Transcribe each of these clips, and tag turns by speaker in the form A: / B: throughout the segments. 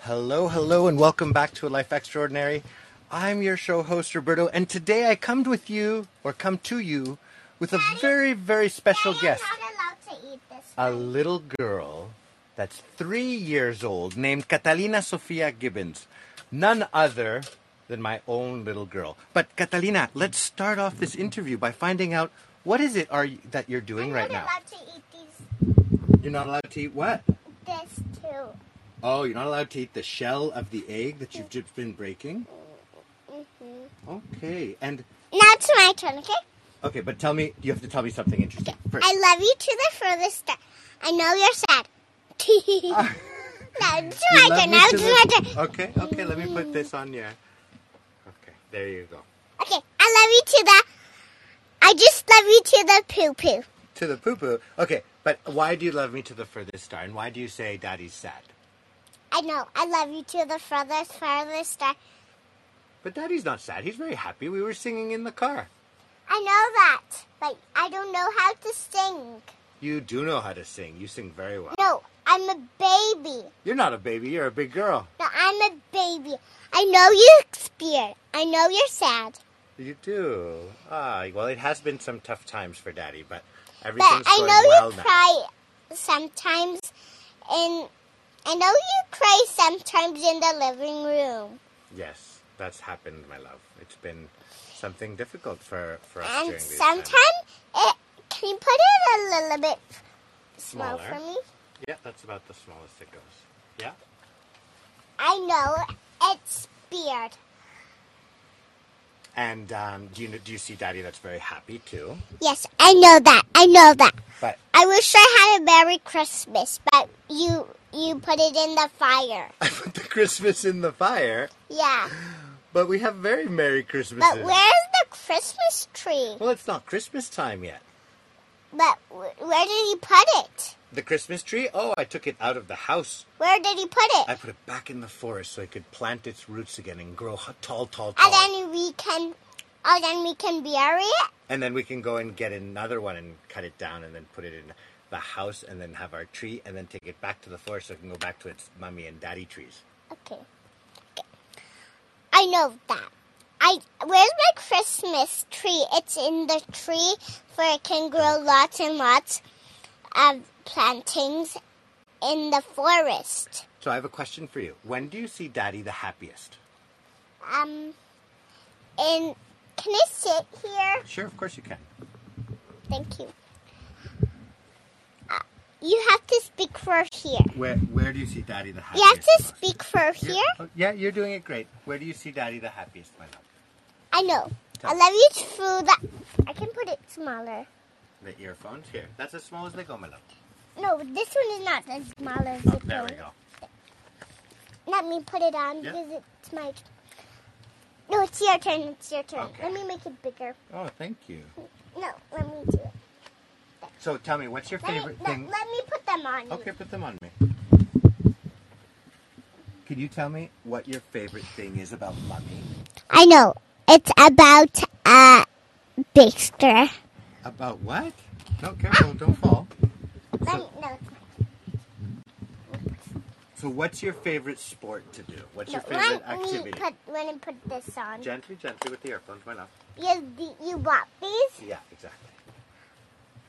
A: Hello, hello, and welcome back to A Life Extraordinary. I'm your show host, Roberto, and today I come with you, or come to you, with a very, very special
B: Daddy,
A: guest.
B: I'm not allowed to eat this.
A: A little girl that's three years old named Catalina Sofia Gibbons. None other than my own little girl. But Catalina, let's start off this interview by finding out what is it are you, that you're doing
B: I'm
A: right now?
B: not allowed to eat these,
A: You're not allowed to eat what?
B: this too.
A: Oh, you're not allowed to eat the shell of the egg that you've just been breaking? Okay. And
B: Mm-hmm. Now it's my turn, okay?
A: okay, but tell me, you have to tell me something interesting. First.
B: I love you to the furthest. di- I know you're sad. now it's
A: Ah. You
B: my
A: love
B: turn.
A: me
B: Now
A: to
B: it's my
A: the- uh.
B: turn.
A: Okay, okay, let me put this on your Okay, there you go.
B: Okay, I love you to the. I just love you to the poo poo.
A: To the poo poo. Okay, but why do you love me to the furthest star? And why do you say daddy's sad?
B: I know. I love you to the furthest, furthest star.
A: But daddy's not sad. He's very happy. We were singing in the car.
B: I know that, but I don't know how to sing.
A: You do know how to sing. You sing very well.
B: No, I'm a baby.
A: You're not a baby, you're a big girl.
B: No, I'm a baby. I know you're scared. I know you're sad.
A: You do. Ah, well, it has been some tough times for daddy, but
B: But
A: everything's
B: I
A: going
B: know
A: well
B: you
A: now.
B: cry sometimes and I know you cry sometimes in the living room.
A: Yes, that's happened, my love. It's been something difficult for, for us
B: And
A: during these times.
B: sometimes it can you put it a little bit small
A: Smaller.
B: for me?
A: Yeah, that's about the smallest it goes. Yeah?
B: I know it's weird.
A: And um, do, you, do you see daddy that's very happy too?
B: Yes, I know that. I know that.
A: But
B: I wish I had a Merry Christmas, but you you put it in the fire.
A: I put the Christmas in the fire,
B: Yeah.
A: but we have very Merry Christmases.
B: But where's the Christmas tree?
A: Well, it's not Christmas time yet.
B: But wh- where did he put it?
A: The Christmas tree? Oh, I took it out of the house.
B: Where did he put it? Oh.
A: I put it back in the forest so it could plant its roots again and grow h- tall, tall, tall.
B: And then we can, oh, then we can bury it.
A: And then we can go and get another one and cut it down and then put it in the house and then have our tree and then take it back to the forest so it can go back to its mummy and daddy trees.
B: Okay. Okay. I know that. I where's my Christmas tree? It's in the tree where it can grow lots and lots of plantings in the forest.
A: So I have a question for you. When do you see daddy the happiest?
B: Um, and can I sit here?
A: Sure, of course you can.
B: Thank you. Uh, you have to speak for here.
A: Where where do you see daddy the
B: You
A: happiest?
B: have to
A: most?
B: speak for
A: You're-
B: here.
A: oh, Yeah, you're doing it great. Where do you see daddy the happiest, my love?
B: I know. I love you through that. I can put it smaller.
A: The earphones here. That's as small as they go, my love.
B: No, this one is not as small as
A: Oh,
B: it
A: there
B: goes.
A: we go.
B: Let me put it on
A: Yeah.
B: because it's my. No, it's your turn. It's your turn.
A: Okay.
B: Let me make it bigger.
A: Oh, thank you.
B: No, let me do it.
A: So tell me, what's your
B: Let me,
A: favorite
B: let,
A: thing?
B: let me put them on. you.
A: Okay, put them on me. Can you tell me what your favorite thing is about mummy?
B: I know. It's about uh, Baxter.
A: About what? No, careful, don't fall.
B: Let me,
A: So,
B: no, it's
A: so what's your favorite sport to do? What's your
B: not. No,
A: favorite
B: let me
A: activity?
B: put. Let me put this on.
A: Gently, gently with the earphones, why not?
B: You, you want these?
A: Yeah, exactly.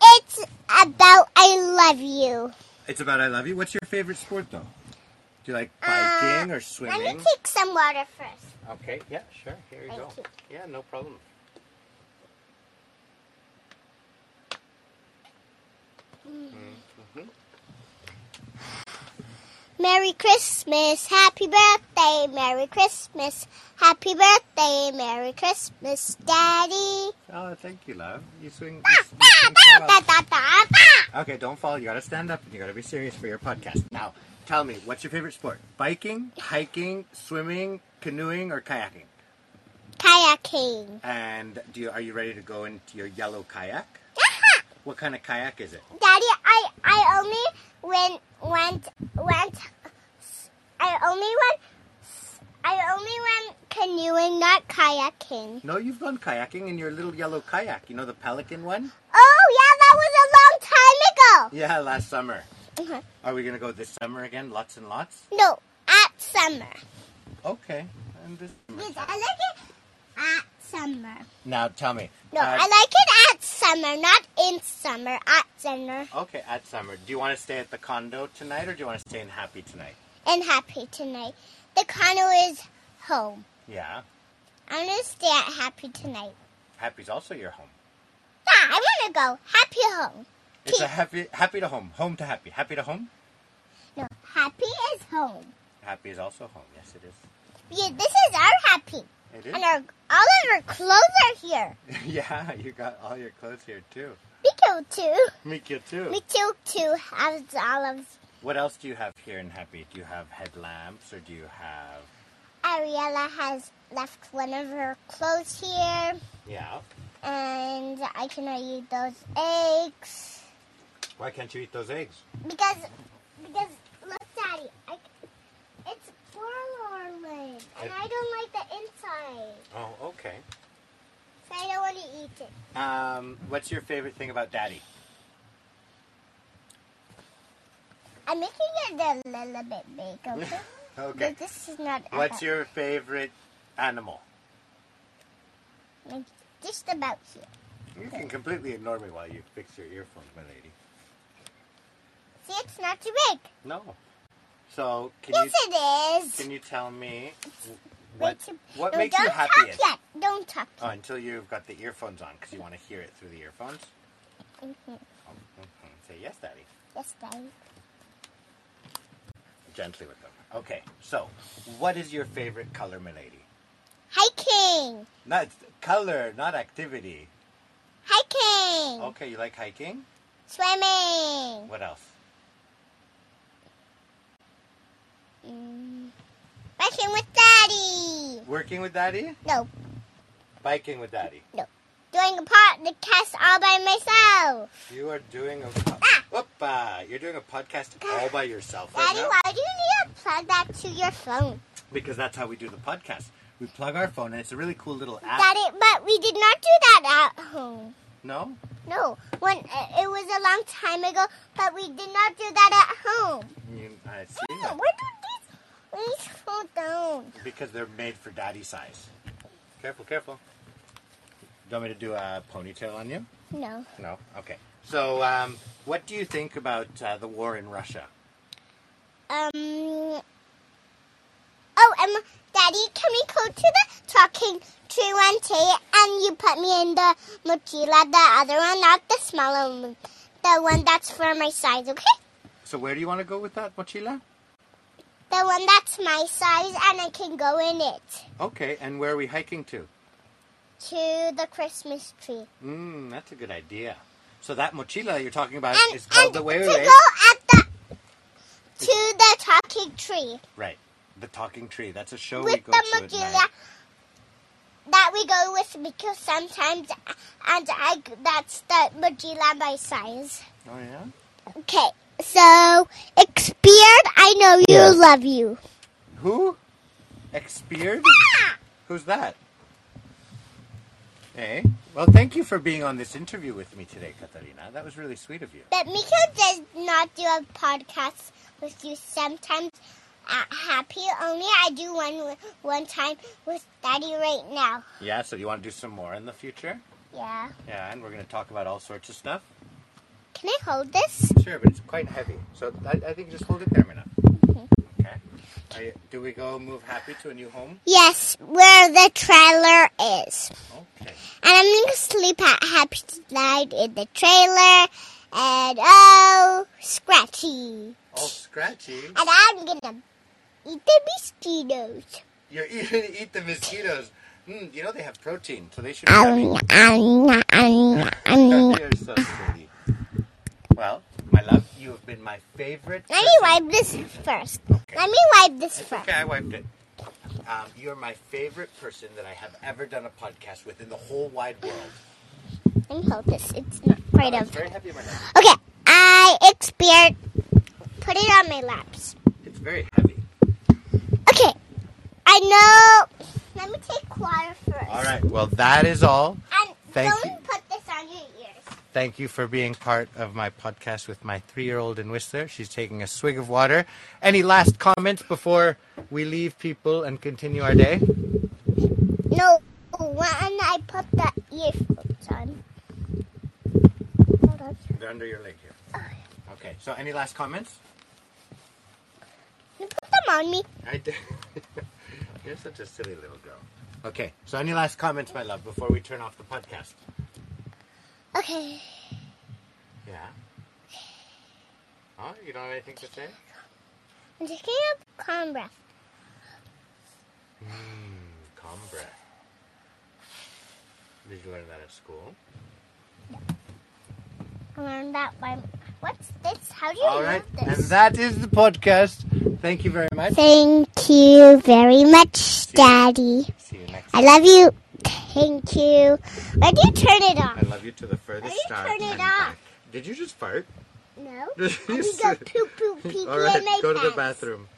B: It's about I love you.
A: It's about I love you. What's your favorite sport though? Do you like
B: Uh,
A: biking or
B: Let
A: swimming?
B: me take some water first.
A: Okay, yeah, sure. Here you
B: Thank
A: go.
B: you.
A: Yeah, no problem.
B: Merry Christmas, happy birthday, Merry Christmas, happy birthday, Merry Christmas, Daddy.
A: Oh, thank you, love. You swing.
B: Ah,
A: You swing
B: ah,
A: so well.
B: ah, da, da, da, da.
A: Okay, don't fall. You gotta stand up and you gotta be serious for your podcast. Now, tell me, what's your favorite sport? Biking, hiking, swimming, canoeing, or kayaking?
B: Kayaking.
A: And do you, are you ready to go into your yellow kayak? What kind of kayak is it?
B: Daddy, I I only went went went. I only went. I only went canoeing, not kayaking.
A: No, you've gone kayaking in your little yellow kayak. You know the pelican one?
B: Oh yeah, that was a long time ago.
A: Yeah, last summer.
B: Mhm.
A: Are we gonna go this summer again? Lots and lots.
B: No, at summer.
A: Okay. And this...
B: Because I like it at summer.
A: Now tell me.
B: No,
A: uh,
B: I like it at summer, not in summer, at summer.
A: Okay, at summer. Do you want to stay at the condo tonight or do you want to stay in Happy tonight?
B: And happy tonight. The condo is home.
A: Yeah.
B: I'm going to stay at happy tonight.
A: Happy's also your home.
B: Yeah, I want to go happy home.
A: It's a
B: Keep-
A: happy happy to home. Home to happy. Happy to home?
B: No, happy is home.
A: Happy is also home. Yes it is.
B: Yeah, this is our happy.
A: It
B: And
A: is.
B: our, all of our clothes are here.
A: yeah, you got all your clothes here too.
B: Miko too.
A: Miku too.
B: Me too too has all of
A: What else do you have here in Happy? Do you have headlamps or do you have
B: Ariella has left one of her clothes here
A: Yeah.
B: and I cannot eat those eggs.
A: Why can't you eat those eggs?
B: Because because look daddy, I, it's borderline and I don't like the inside.
A: Oh, okay.
B: So I don't want to eat it.
A: Um, what's your favorite thing about Daddy?
B: I'm making it a little bit big, okay?
A: Okay.
B: But this is not
A: What's
B: about-
A: your favorite animal?
B: like, just about here.
A: You can completely ignore me while you fix your earphones, my lady.
B: See it's not too big.
A: No. So can
B: Yes
A: you
B: it is.
A: can you tell me wh-
B: Wait
A: what
B: to-
A: what
B: No,
A: makes you
B: don't
A: happy?
B: Talk yet. Don't talk
A: Oh,
B: yet.
A: until you've got the earphones on, because you want to hear it through the earphones.
B: Mhm.
A: Oh, mhm. Say yes, Daddy.
B: Yes, Daddy.
A: Gently with them. Okay. So, what is your favorite color, my lady?
B: Hiking.
A: Not color, not activity.
B: Hiking.
A: Okay, you like hiking.
B: Swimming.
A: What else?
B: Mm. Biking with Daddy.
A: Working with Daddy.
B: No,
A: Biking with Daddy.
B: doing a podcast all by myself.
A: You are doing a po- Whoopa! You're doing a podcast all by yourself right
B: Daddy,
A: now
B: why do you need to plug that to your phone?
A: because that's how we do the podcast. We plug our phone, and it's a really cool little app.
B: Daddy, but we did not do that at home.
A: No,
B: No, when uh, it was a long time ago, but we did not do that at home.
A: you, I
B: Yeah,
A: see.
B: where did these? Please hold down.
A: Because they're made for daddy size. Careful, careful. Do you want me to do a ponytail on you?
B: No.
A: No. Okay. So, um, what do you think about uh, the war in Russia?
B: Um. Oh, um, Daddy, can we go to the talking tree one day? And you put me in the mochila, the other one, not the smaller one, the one that's for my size, okay?
A: So, where do you want to go with that mochila?
B: The one that's my size, and I can go in it
A: Okay. And where are we hiking to?
B: to the Christmas tree.
A: Mm, that's a good idea. So that mochila you're talking about
B: And,
A: is called
B: and
A: the wait,
B: to
A: wait, wait.
B: go at the to the talking tree
A: Right. The Talking Tree. That's a show we
B: with
A: go
B: the
A: to at
B: mochila
A: night.
B: that we go with because sometimes and I that's the mochila my size.
A: Oh yeah.
B: Okay, so Expeard, I know you love you.
A: Who? Expeard? Who's that? Hey. Well, thank you for being on this interview with me today, Katarina. That was really sweet of you.
B: But Miko does not do a podcast with you sometimes. At happy only I do one with- one time with Daddy right now.
A: Yeah. So you want to do some more in the future?
B: Yeah.
A: Yeah. And we're going to talk about all sorts of stuff.
B: Can I hold this?
A: Sure, but it's quite heavy. So I, I think just hold it there, Mina. Okay. Are you, do we go move happy to a new home?
B: Yes, where the trailer is.
A: Okay.
B: And I'm gonna sleep at Happy Tonight in the trailer. And oh, Scratchy.
A: All scratchy.
B: And I'm gonna eat the mosquitoes.
A: You're eating eat the mosquitoes. Mm, you know they have protein, so they should. Be heavy.
B: Um, um, um, um.
A: You're so silly. Well, my love, you have been my favorite.
B: Let me
A: person-
B: wipe this first.
A: Okay.
B: Let me wipe this
A: It's
B: first.
A: okay, I wiped it. Um, you're my favorite person that I have ever done a podcast with in the whole wide world.
B: Let me hold this. It's not quite
A: I'm
B: up.
A: very happy about that.
B: Okay, I expired. Put it on my laps.
A: It's very heavy.
B: Okay, I know. Let me take water first.
A: All right. Well, that is all.
B: And
A: Thank
B: don't
A: you.
B: put this on your ears.
A: Thank you for being part of my podcast with my three year old in Whistler. She's taking a swig of water. Any last comments before we leave people and continue our day?
B: No, when I put the earphones on. Hold on.
A: They're under your leg here. Okay, so any last comments?
B: You put them on me.
A: I did. You're such a silly little girl. Okay, so any last comments, my love, before we turn off the podcast?
B: Okay.
A: Yeah. Oh, you don't have anything to say?
B: I'm taking a calm breath.
A: Calm breath. Did you learn that at school?
B: I learned that by. What's this? How do you
A: All right,
B: know
A: and
B: this?
A: that is the podcast. Thank you very much.
B: Thank you very much, Daddy.
A: See you next
B: I love you. Thank you. Why do you turn it
A: I
B: off?
A: love you to the furthest
B: Why
A: star.
B: do you turn
A: and
B: it off?
A: back. Did you just fart?
B: No.
A: You
B: I'm gonna go
A: said-
B: poo poo pee pee
A: All right,
B: in my
A: go to the
B: pants.
A: bathroom.